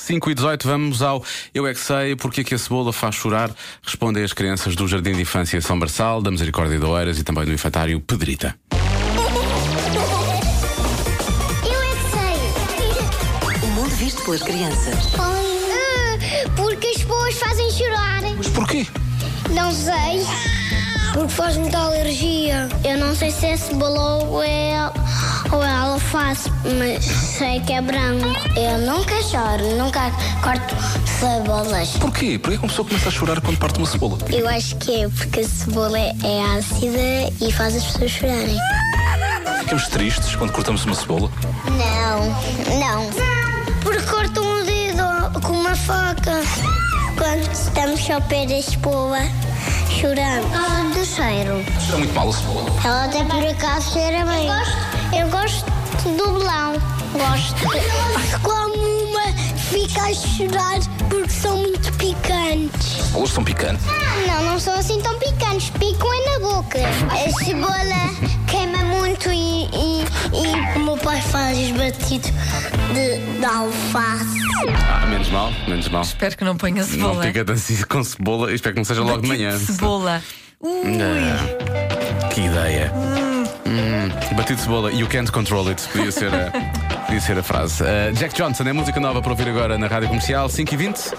5 e 18, vamos ao Eu é que sei, porque é que a cebola faz chorar? Respondem as crianças do Jardim de Infância São Barçal, da Misericórdia de Oeiras e também do Infantário Pedrita. Eu é que sei. O mundo visto pelas crianças. Ah, porque as pessoas fazem chorar. Mas porquê? Não sei. Porque faz muita alergia. Eu não sei se é cebola ou é, ou é alface, mas sei que é branco. Eu nunca choro, nunca corto cebolas. Porquê? Porquê que uma pessoa começa a chorar quando parte uma cebola? Eu acho que é porque a cebola é ácida e faz as pessoas chorarem. Ficamos tristes quando cortamos uma cebola? Não, não. Porque cortam o dedo com uma faca. Quando estamos ao pé da esposa, choramos. Por causa do cheiro. Está muito mal a cebola. Ela até por acaso cheira bem. Eu gosto, do melão. Gosto. Como uma fica a chorar porque são muito picantes. Cebolas são picantes. Não, não são assim tão picantes. Picam é na boca. A cebola queima muito e, e, e o meu pai faz os batidos de, de alface. Ah, menos mal, menos mal. Espero que não ponha Não cebola. pica tanto com cebola, espero que não seja logo de Batido manhã. de Cebola. Ui, Ah, que ideia. Hum, batido de cebola, you can't control it. Podia ser a, podia ser a frase. Ah, Jack Johnson é música nova para ouvir agora na rádio comercial, 5 e 20